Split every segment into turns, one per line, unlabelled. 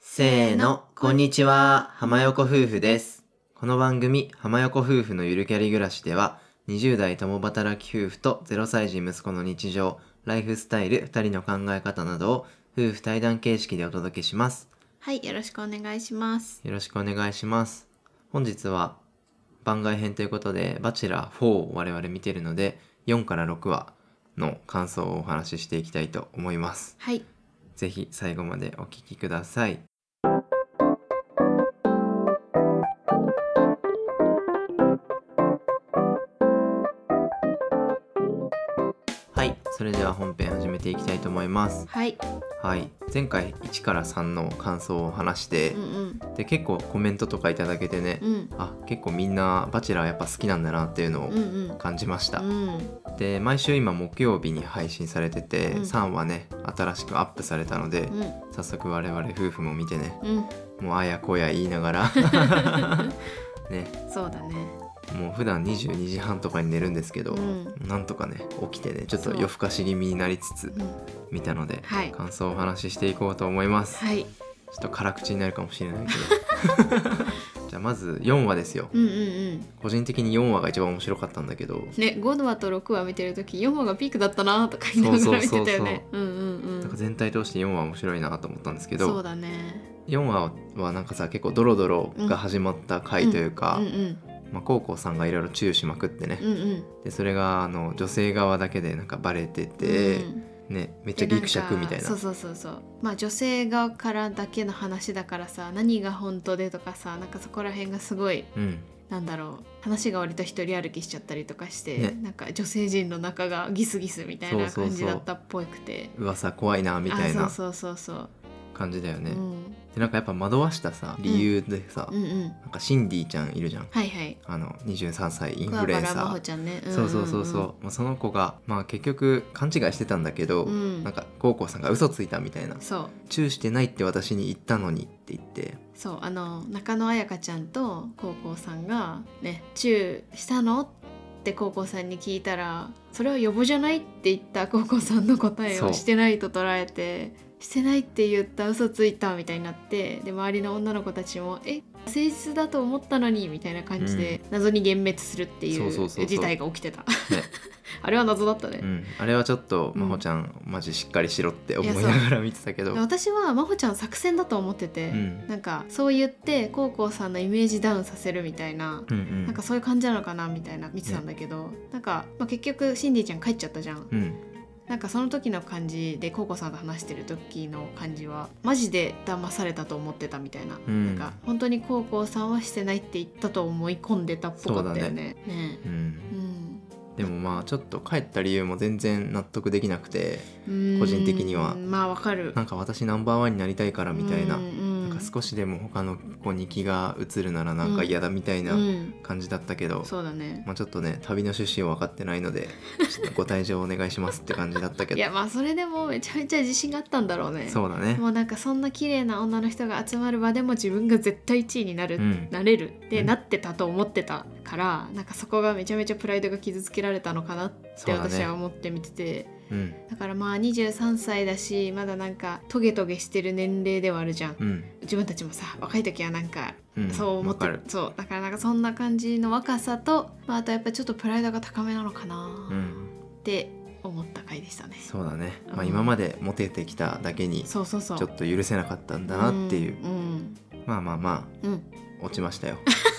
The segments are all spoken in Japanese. せーの、こんにちは、浜横夫婦です。この番組、浜横夫婦のゆるキャリ暮らしでは、20代共働き夫婦と0歳児息子の日常、ライフスタイル、二人の考え方などを夫婦対談形式でお届けします。
はい、よろしくお願いします。
よろしくお願いします。本日は番外編ということで、バチェラー4を我々見てるので、4から6話の感想をお話ししていきたいと思います。
はい、
ぜひ最後までお聞きください。はい、それでは本編始めていきたいと思います。
はい、
はい、前回1から3の感想を話して
うん、うん、
で結構コメントとかいただけてね
う、ん、
あ、結構みんなバチェラーやっぱ好きなんだなっていうの
うん、う
を
ん、
感じました。
うん、
で、毎週今木曜日に配信されてて、
うん
3はね新しくアップされたので、
うん、
早速我々夫婦も見てね
うん、
もうあやこや言いなが らね
そうだね。
もう普段22時半とかに寝るんですけど、
うん
なんとかね起きてねちょっと
そう
夜更かし気味になりつつ
うん、
見たので、
はい
感想をお話ししていこうと思います、
は
ち
い、
ょっと辛口になるかもしれないけ どじゃあまず4話ですよ
うん、うん、うん。
個人的に4話が一番面白かったんだけど
ね、5話と6話見てる時4話がピークだったなとか言いながら見てたよねうんうんう
なんか
ん
全体通して4話面白いなと思ったんですけ
そう
ど
だね
4話はなんかさ結構ドロドロが始まった回というか、
うんうん
まあ、高校さんがいろいろチューしまくってね、
うんうん
でそれがあの女性側だけでなんかバレてて、
うん
ねめっちゃギクシャクみたいな
そうそうそうそうまあ女性側からだけの話だからさ何が本当でとかさなんかそこら辺がすごい
うん
なんだろう話が割と一人歩きしちゃったりとかして、
ね
なんか女性陣の中がギスギスみたいな
そうそうそう
感じだったっぽくて
噂怖いなみたい
あ
な
そうそうそう
感じだよ
そう、
ね、
うん、
でなんかやっぱ惑わしたさ理由でさ、
うんうん
なんかシンディちゃんいるじゃん
はいはい
あの23歳イン
桑
フルエン
原
サ
真帆
ー、
ちゃんね、んんん
そうそうそうそう、まあ、その子が、まあ、結局勘違いしてたんだけど、
うん
なんか高校さんが嘘ついたみたいな
そう
チューしてないって私に言ったのにって言って
そうあの中野彩香ちゃんと高校さんがね「チューしたの?」って高校さんに聞いたら「それは予防じゃない?」って言った高校さんの答え
そ
を
う
してないと捉えて「してないって言った嘘ついた」みたいになってで周りの女の子たちも「え誠実だと思ったのに」みたいな感じで、謎に幻滅するってい
そう
う
そうそうそう
事態が起きてた あれは謎だったね
う。ん、あれはちょっと
うん
真帆ちゃん、マジしっかりしろって思
いや
い
そう
ながら見てたけど
で私は真帆ちゃん作戦だと思ってて、
うん
なんかそう言って高校さんのイメージダウンさせるみたいな
うんうん
なんかそういう感じなのかなみたいな見てたんだけど、なんか、まあ、結局シンディちゃん帰っちゃったじゃん、
うん
なんかその時の感じでコウコさんと話してる時の感じはマジで騙されたと思ってたみたいな、
うん
なんか本当にコウコさんはしてないって言ったと思い込んでたっぽかったよねね
う、
えうんん
でもまあちょっと帰った理由も全然納得できなくて
うーん
個人的には
まあわかる
なんか私ナンバーワンになりたいからみたいな,、
うんう
な
ん
んか少しでも他の子に気が移るならなんか嫌だみたいな
うん
感じだったけど、
そうだね
まあ、ちょっとね旅の趣旨を分かってないのでちょっとご退場お願いしますって感じだったけ
い
ど
やまあそれでもめちゃめちゃ自信があったんだろうね
そうだね
もうなんかそんな綺麗な女の人が集まる場でも自分が絶対1位になる、
うん
なれるって
うん
なってたと思ってたから、なんかそこがめちゃめちゃプライドが傷つけられたのかなっ
そ
て
うだ
私
ね
は思って見てて
うん
だ,、からまあ23歳だしまだなんかトゲトゲしてる年齢ではあるじゃん、
うん
自分たちもさ若い時はなんか
うん
そう思
わ
っ
か
て、
る
そうだからなんかそんな感じの若さと、まあ、あとやっぱちょっとプライドが高めなのか
う
なんって思った回でしたね、
そうだね、ま
う
あ、
ん
今までモテてきただけにち
そうそうそう
ょっと許せなかったんだなっていう、
うん
まあまあま
うんうん
あ落ちましたよ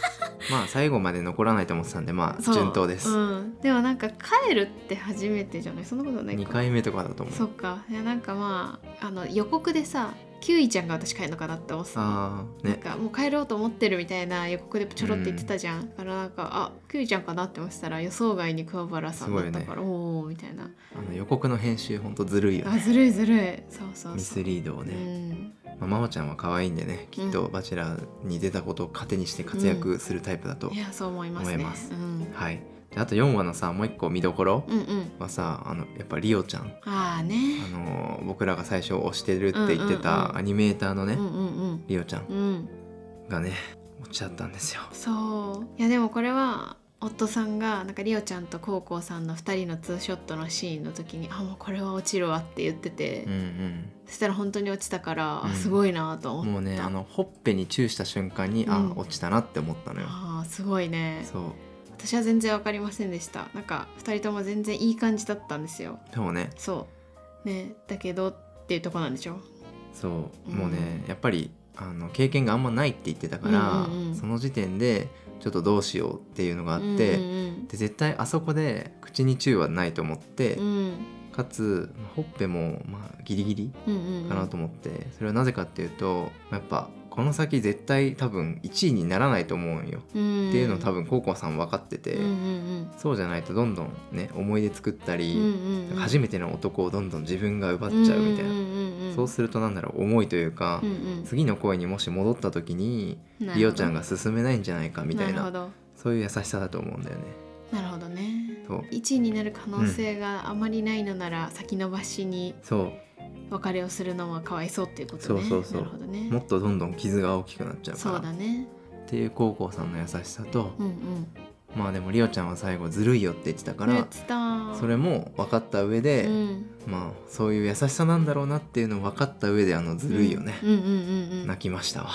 まあ最後まで残らないと思ってたんでまあ
そう
順当です、
うん、でもなんか帰るって初めてじゃないそんなことないか
2回目とかだと思
そうっかいやなんかまああの予告でさキュウイちゃんが私帰るのかなって思ってたの
ああね
なんかもう帰ろうと思ってるみたいな予告でちょろって言ってたじゃん、だからなんかあキュウイちゃんかなって思ってたら予想外に桑原さんだったから、おおみたいな
あの予告の編集ほんとずるいよ
あ
ね
ずるいずるいそうそう
ミ
そう
スリードを
う
ね、
ん、
まあ、真央ちゃんは可愛いんでねきっと「バチェラー」に出たことを糧にして活躍するタイプだと、
いやそう思いますね
思います
うん、
はいであと4話のさもう一個見どころ
うんうん
はさあのやっぱリオちゃん
ああ
あ
ね
の僕らが最初推してるって言って
うんうんう
た
ん
アニメーターのね、
うんうん
リオちゃん
うんうん
がね落ちちゃったんですよ。
そういやでもこれは夫さんがなんかリオちゃんとコウコウさんの2人のツーショットのシーンの時に「あもうこれは落ちるわ」って言ってて、
うん
そしたら本当に落ちたから、
うん
あすごいなと
うん、
思った
もうねあのほっぺにチューした瞬間に、
うん
あ落ちたなって思ったのよ
あーすごいね
そう
私は全然わかりませんでしたなんか2人とも全然いい感じだったんですよ
そうね
そうねだけどっていうとこなんでしょ
そう
うん
もうね、やっぱりあの経験があんまないって言ってたから、
うんうんうん
その時点でちょっとどうしようっていうのがあって、
うんうん
で絶対あそこで口にチューはないと思って、
うん、うん
かつまあほっぺもまあギリギリ
うんうん
かなと思って、それはなぜかっていうとやっぱこの先絶対多分1位にならないと思うんよ、
うん
っていうのを多分高校さん分かってて、
うんうん
そうじゃないとどんどんね思い出作った
うん
り、
うんうん
初めての男をどんどん自分が奪っちゃうみたいな、
んんんん
そうするとなんだろう思いというか、
うんうん
次の恋にもし戻った時にリオちゃんが進めないんじゃないかみたい
なる
な
ほど
そういう優しさだと思うんだよね。
なるほどね
そう
1位になる可能性があまりないのなら、先延ばしに
そう
別れをするのはかわいそうっていうことね
そうそうそう
なるほどね
もっとどんどん傷が大きくなっちゃうか
そう
ら
だね
っていう高校さんの優しさと、
うんうん
まあでもリオちゃんは最後ずるいよって言ってたか
フルー
ら
ツだ
それも分かった上
う
で、
ん
まあそういう優しさなんだろうなっていうのを分かった上であのずるいよね、
うんうんうんうん
泣きましたわ。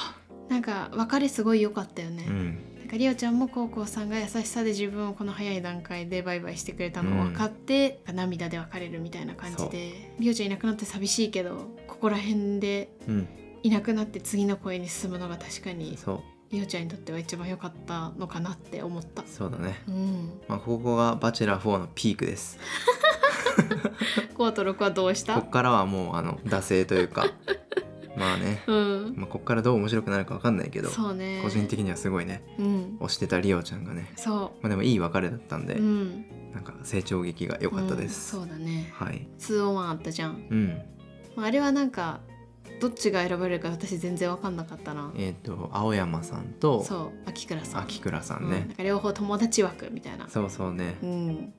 なんか別れすごい良かったよね、
うん、
なんかリオちゃんもコウコウさんが優しさで自分をこの早い段階でバイバイしてくれたのを分かって、涙で別れるみたいな感じでリオちゃんいなくなって寂しいけどここら辺で
うん、
いなくなって次の恋に進むのが確かに
そう
リオちゃんにとっては一番良かったのかなって思った
そうだね。
うん
まあここがバチェラー4のピークです。
コウとロクはどうし
こ
た
っからはもうあの惰性という かまあね、
うん
まあ、こっからどう面白くなるかわかんないけど、
そうね
個人的にはすごいね
うん
推してたリオちゃんがね、
そ
まあ、でもいい別れだったんで、
ううん
なんか成長劇が良かったです。
うんそうだね
はい、
2オン1あったじゃん、
うん
まあ、あれはなんかどっちが選ばれるか私全然分かんなかったな
えっ、と青山さんと
そう秋倉さん
秋倉さ
うんん、なん
ね、
か両方友達枠みたいな
そうそうね、
うん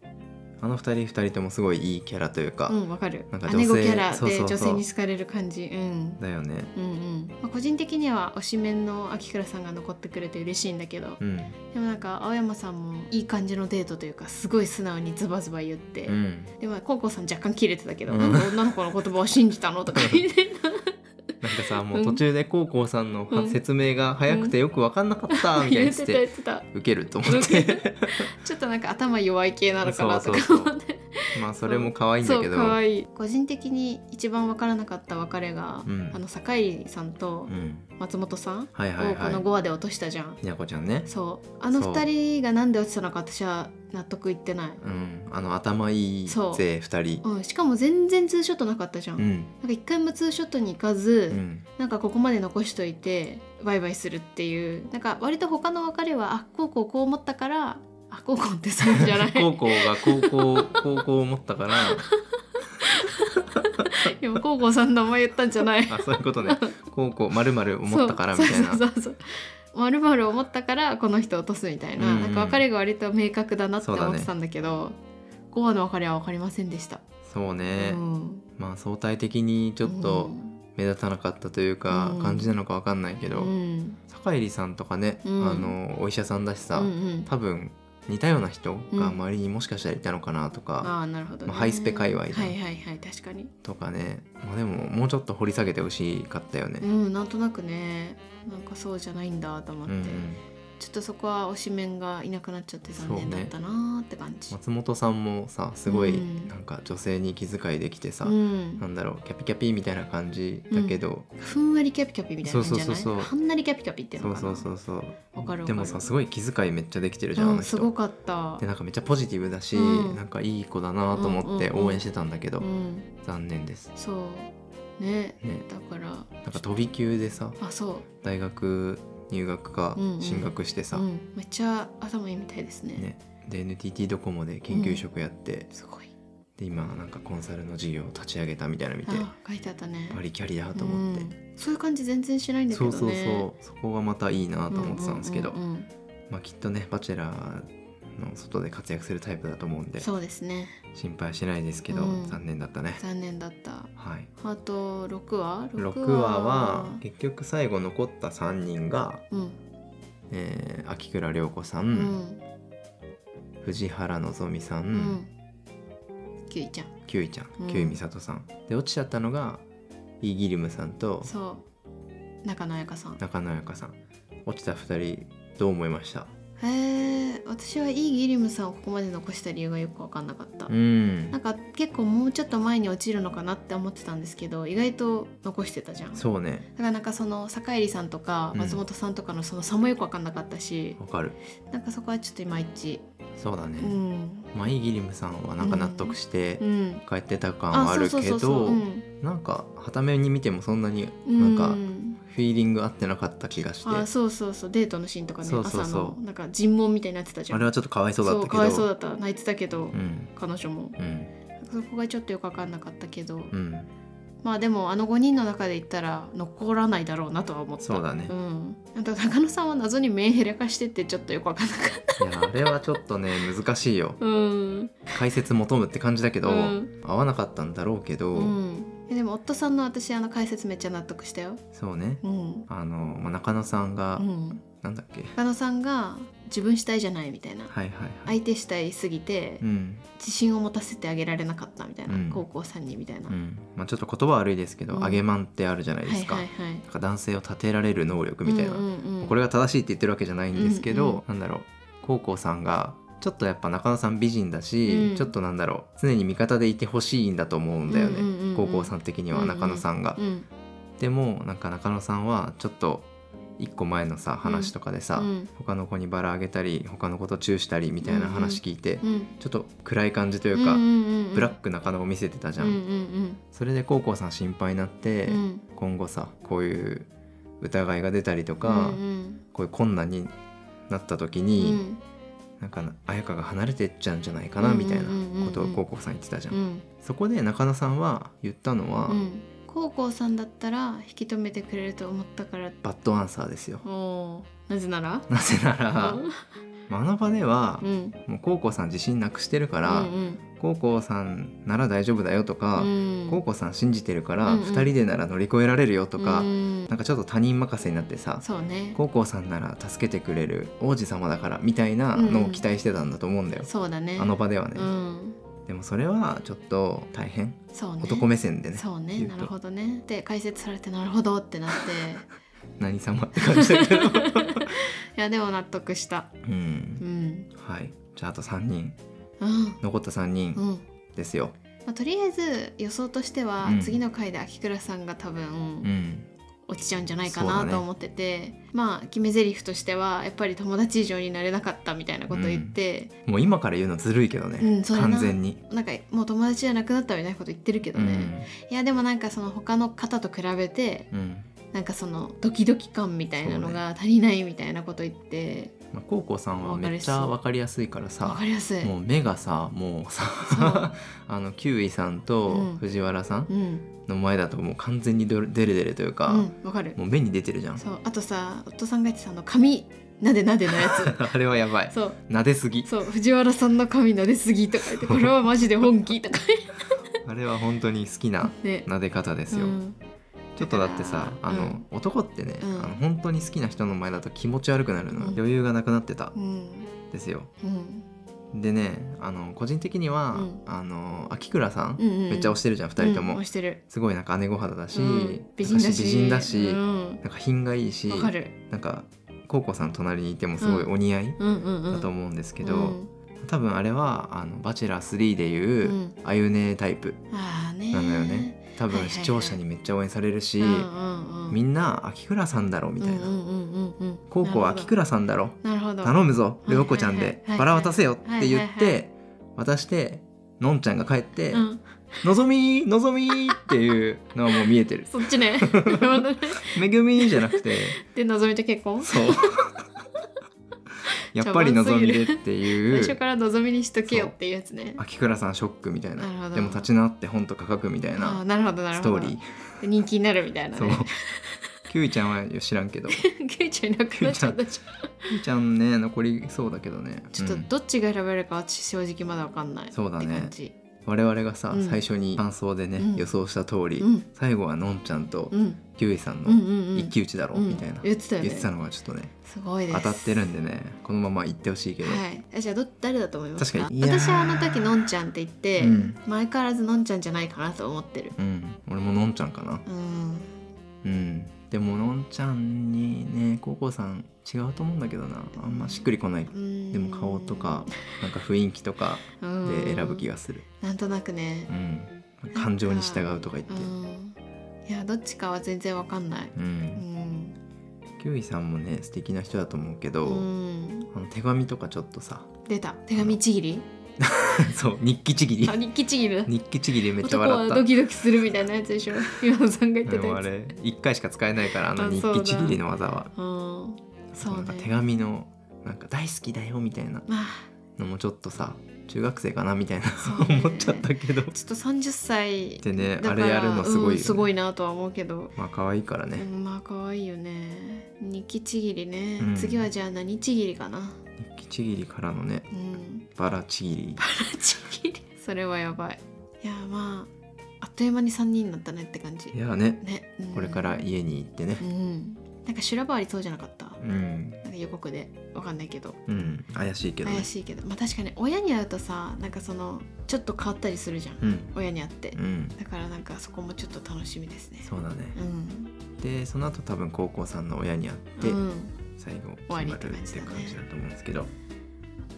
あの二人二人ともすごいいいキャラというか、
うんわかる
なんか女性
姉子キャラ
そうそう
で
そう
女性に好かれる感じうん
だよね
うんうんまあ、個人的には推しメンの秋倉さんが残ってくれて嬉しいんだけど、
うん
でもなんか青山さんもいい感じのデートというかすごい素直にズバズバ言って、
うん
でもコウコウさん若干キレてたけど、
うん
なんか女の子の言葉を信じたのとか言 って
なんかさも
う
うん途中で高校さんのは
うん
説明が早くてよく分かんなかったみたい
言
に
っ
してて
た言ってた
ウケると思って
ちょっとなんか頭弱い系なのかなとか
そうそうそう
思って
まあそれも可愛いんだ
そ
け
う
ど
可愛い個人的に一番分からなかった別れが、
うん
あの酒井さんと
うん
松本さんを
はいはい
この
は
5話で落としたじゃん、
いひなこちゃんね
そうあの
そう
2人がなんで落ちたのか私は納得いってない、
うんあの頭いい
そう
勢二人
うん、しかも全然ツーショットなかったじゃん、
う
なん
ん
か一回もツーショットに行かず、
うん
なんかここまで残しといてバイバイするっていうなんか割と他の別れはあこうこうこう思ったからあこうこうってそうじ ゃない
高校が高校 高校を持ったから
今こうこうさんの名前言ったんじゃない
あそういう ことね高校まるまる思ったからみたいな
そうそうそうそうまるまる思ったからこの人落とすみたいな,、
うんうん
なんか別れが割と明確だなって
そうだね
思ってたんだけど5話の別れは分かりませんでした、
そうね、
うん、
まあ相対的にちょっと目立たなかったというか、
うん
感じなのかわかんないけ
うん
ど、
うん
坂入さんとかね、
うん
あのお医者さんだしさ、
うんうん
多分似たような人
うん
が周りにもしかしたらいたのかなとか、
ああなるほど、ね
まあハイスペ界隈
はい
じゃん
はいはい確かに
とかね、まあ、でももうちょっと掘り下げてほしかったよ
う
ね。
んなんとなくねなんかそうじゃないんだと思っ
うん
て、
うん
ちょっとそこは推しメンがいなくなっちゃって残念だったなーって感じう,、
松本さんもさすごい
うん
なんか女性に気遣いできてさ、なんんだろうキャピキャピみたいな感じだけど、
ふんわりキャピキャピみたいな感じじゃない
そうそうそうそう
はんなりキャピキャピっていう
そ
の
う
かな
そうそうそう
わかるわかる
でもさすごい気遣いめっちゃできてるじゃん、あ
う
の
ん、す
人
ごかった
でなんかめっちゃポジティブだし、
うん
なんかいい子だなと思って
うんうんうん
応援してたんだけど、
うん
残念です
そうね
ね
だから
なんか飛び級でさ
あそ
大学入学か
うんうん
進学して
う、
さ、
うん、めっちゃ頭いいみたいですね
ね、で NTT ドコモで研究職やって、
すごい
で今なんかコンサルの事業を立ち上げたみたいなの見て
あ書いてあったね
バリキャリだと思って、
うんそういう感じ全然しないんだけ
そ
ど
う
ね
そうそうそこがまたいいなと思ってたんですけど、
うううん
まあ、きっとね「バチェラー」の外で活躍するタイプだと思うんで
そうですね
心配しないですけど、
うん
残念だったね。
残念だった
はい
あと6話
6話は結局最後残った3人が、
うん
えー秋倉涼子さん、
うん
藤原のぞみさん、
うん。キュウイちゃん。
キュウイちゃん
うん
キュウイ美里さん、で落ちちゃったのがイ・ギリムさんと
そう。中野彩香さん。
中野彩香さん落ちた2人どう思いました
へえ、私はいいギリムさんをここまで残した理由がよく分かんなかった。
うん
なんか結構もうちょっと前に落ちるのかなって思ってたんですけど意外と残してたじゃんだか
そうね
らなんかその坂入さんとか
うん
松本さんとかのその差もよく分かんなかったし、
わかる
なんかそこはちょっといまいち
そうだね、
うん
まあイ・ギリムさんはなんか納得して
うん
帰ってた感はあるけど
うん
なんか傍目に見てもそんなに
う
なんか
ん
フィーリング合ってなかった気がして、
あそうそうそうデートのシーンとかね
そうそうそう
朝のなんか尋問みたいになってたじゃ
あ
ん
れはちょっとかわいそうだったけど
そうかわいそうだった泣いてたけど、
うん
彼女も
うん
そこがちょっとよく分かんなかったけど、
うん
まあでもあの5人の中で言ったら残らないだろうなとは思った
そうだね
うん、あと中野さんは謎にメンヘラ化してってちょっとよく分かんなかった
いやあれはちょっとね難しいよ
うん、
解説求むって感じだけど、
うん
合わなかったんだろうけど、
うん、えでも夫さんの私あの解説めっちゃ納得したよ
そうね
うん、
あの、まあ、中野さんが、
うん、
なんだっけ
中野さんが自分主体じゃないみたいな
はいはいはい、
相手主体すぎて
うん
自信を持たせてあげられなかったみたいな、
うん
高校さんにみたいな、
うんまあ、ちょっと言葉悪いですけど、
うん
あげまんってあるじゃないで
はい
すか,、
はいはい
なんか男性を立てられる能力みたいな、
うんうんうん
これが正しいって言ってるわけじゃないんですけど、
うんうん
なんだろう高校さんがちょっとやっぱ中野さん美人だし、
うん
ちょっとなんだろう常に味方でいてほしいんだと思うんだよね、
うんうんうんうん
高校さん的には中野さんが。
うん
でもなんか中野さんはちょっと一個前のさ話とかでさ、
うん
他の子にバラあげたり他の子とチューしたりみたいな話聞いて、
うん
ちょっと暗い感じというか、
うんうんうん
ブラック中野を見せてたじゃん。
うんうん
それで高校さん心配になって、
うんうん
今後さこういう疑いが出たりとか、
うんうん
こういう困難になった時に、なんか綾香が離れてっちゃうんじゃないかなみたいなことを高校さん言ってたじゃん。
うんうん
そこで中野さんは言ったのは、
うん高校さんだったら引き止めてくれると思ったから
バッドアンサーですよ。
おーなぜなら
なぜなら、
う
まああの場では、
ん
もう高校さん自信なくしてるか
う
ら、
ん
高校さんなら大丈夫だよと
う
か、
ん
高校さん信じてるから、
うんうん
2人でなら乗り越えられるよとか、
うん
なんかちょっと他人任せになってさ
そうね
高校さんなら助けてくれる王子様だからみたいなのを期待してたんだと思うんだよ、
そうだね
あの場ではね、
うん
でもそれはちょっと大変
そうね
男目線でね
そうね
言うと
なるほどねで解説されてなるほどってなって
何様って感じだ けど
いやでも納得した
う
うんん
はいじゃああと3人
うん
残った3
う
人
ん
ですよ
まあとりあえず予想としては、
うん
次の回で秋倉さんが多分、
うん、
落ちちゃうんじゃないか
そうだ
な
ね
と思ってて、まあ決め台詞としてはやっぱり友達以上になれなかったみたいなことを言って、
もう今から言うのずるいけどね、
うんそれな
完全に、
なんかもう友達じゃなくなったみたいなこと言ってるけどね、いやでもなんかその他の方と比べて
うんうん
なんかそのドキドキ感みたいなのが足りないみたいなこと言って、
まあ、高校さんはめっちゃ分かりやすいから
わ
さ
かりやすい。
もう目がさもう
そ
さ
う
あのキウイさんと
うん
藤原さん
うん、
の前だともう完全にどれデレデレというか、
うん、わかる。
もう目に出てるじゃん
そう、あとさ、夫さんが言ってたあの髪なでなでのや
あれはやばい
つ。そう、
撫ですぎ
そう、藤原さんの髪なですぎとか言って、これはマジで本気とか言っ
あれは本当に好きな
て。ね、
撫で方ですよ、
うん
ちょっとだってさ
だ
あ
か
の、
らうん
男ってね、
うん
あの本当に好きな人の前だと気持ち悪くなるの、
うん
余裕がなくなってたん
うん、
ですよ
うん、
でねあの個人的には、
うん
あの秋倉さん、
うんうんうん
めっちゃ推してるじゃん2人とも、
うん、押してる
すごいなんか姉御肌だし、
うん美人だし
美人だし、
うん
なんか品がいいし
わかる
なんかコウコさんの隣にいてもすごいお似合い
うんうんうん
だと思うんですけど、
うん
多分あれはあの「バチェラー3」でいう、
うん
あゆねタイプ
ああね
なんだよね、多
はいはいは
分
い
視聴者にめっちゃ応援されるし、
うんうんうん、
みんな秋倉さんだろみたいな、
うんうんうんうんうん
高校は秋倉さんだろ
なるほどなるほ
頼むぞ
いはい
涼子ちゃんで、
はい
バラ渡せよって言って、
はいはいは
渡してのんちゃんが帰って「
ど、うん、
のぞみーのぞみー」っていうのはもう見え てる
そっちねなるほど ね
「めぐみー」じゃなくて
でのぞみと結婚
そうやっぱりのぞみでってい
最
う
初からのぞみにしとけよっていうやつね
秋倉さんショックみたいな
なるほど
でも立ち直って本とか書くみたい
あー
な
なるほどな
ス
るほ
ト
ど
ーリー、
で人気になるみたいな
そう
ね
キュウイちゃんは知らんけどキ
ケイちゃんいな くなっちゃったじゃん
ュウイちゃんね残りそうだけどね
ちょっと
うん
どっちが選べるか私正直まだわかんない
そうだね
って感じ
我々がさ、
うん
最初に感想でね、
うん
予想した通り、
うん
最後はのんちゃんと
うん
キュウイさん
うんうん
の
うん
一騎打ちだろ、うみたいな、
うん言ってたよね
言ってたのがちょっとね
すごいです
当たってるんでねこのまま行ってほしいけど、
はいえじゃあど誰だと思いますか
確かにいやー
私はあの時のんちゃんって言って、
うん
前からずのんちゃんじゃないかなと思ってる
うん、俺ものんちゃんかな
うん
うんでものんちゃんにねココさん違うと思うんだけどなあんましっくりこない
うん
でも顔とかなんか雰囲気とかで選ぶ気
が
がする
なんとなくね
うん感情に従うとか言って
うんいやどっちかは全然わかんないううんん、
キュウイさんもね素敵な人だと思うけど、
うん、
あの手紙とかちょっとさ
出た手紙ちぎり
そう日記ちぎり
あ日記ちぎりだ
日記ちぎりめっちゃ
男
笑
は
った
ドキドキするみたいなやつでしょ今野さんが言って
で
た
もあ
やつ
れ1回しか使えないからあの
あ
日
そうだ
記ちぎりの技は
うんそう
なんか手
ね
紙のなんか大好きだよみたいな
まあ
のもちょっとさ中学生かなみたいな
そう ね
思っちゃったけど
ちょっと30歳
でね
だ
あ
から
れやるのすごいよ、ね
うんすごいなとは思うけど、
まあ可愛いから
う
ね
んまあ可愛いよね日記ちぎりね、
うん
次はじゃあ何ちぎりかな
日記ちぎりからのね
うん
バラちぎり
ちぎりそれはやばいいやまああっという間に3人になったねって感じ
いやね
ね、うん
これから家に行ってね
うんなんか修羅場ありそうじゃなかった
うん
なんか予告でわかんないけど
うん怪しいけどね
怪しいけどまあ確かに親に会うとさなんかそのちょっと変わったりするじゃん、
うん
親に会って、
うん
だからなんかそこもちょっと楽しみですね
そうだね
うん
でその後多分高校さんの親に会って
うん
最後決
終わ
ま
り
る
っ
ってて
感じだね
感じだと思うんですけど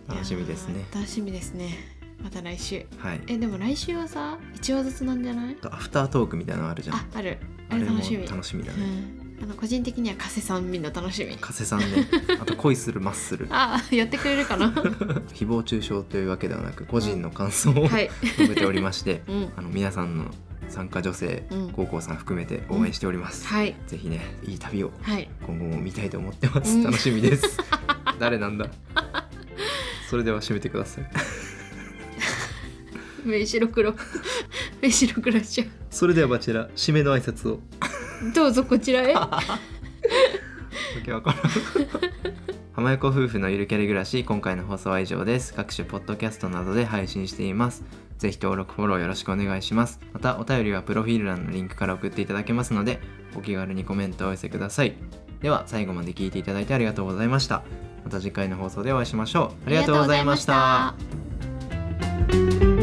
楽しみです
い
ね
やー楽しみですねまた来週
はい
えでも来週はさ1話ずつなんじゃない
アフタートークみたいなのあるじゃん
ああるあれ
も
楽しみ
楽しみだ
う
ね
ん、あの個人的には加瀬さんみんな楽しみ
加瀬さん ねあと恋するマッスル
ああやってくれるか なは
誹謗中傷というわけではなく個人の感想を、
い
述べておりまして、
うん
あの皆さんの参加女性、
うん
高校さん含めて応援しております、
はい
ぜひねいい旅を
はい
今後も見たいと思ってます、
うん
楽しみです 誰なんだそれでは締めてください
目白黒目白黒じゃ
それではバチェラ締めの挨拶を
んどうぞこちらへは
わけわからん浜横夫婦のゆるキャリ暮らし今回の放送は以上です各種ポッドキャストなどで配信していますぜひ登録フォローよろしくお願いしますまたお便りはプロフィール欄のリンクから送っていただけますのでお気軽にコメントをお寄せくださいでは最後まで聞いていただいてありがとうございましたまた次回の放送でお会いしましょうありがとうございました
ありがとうございました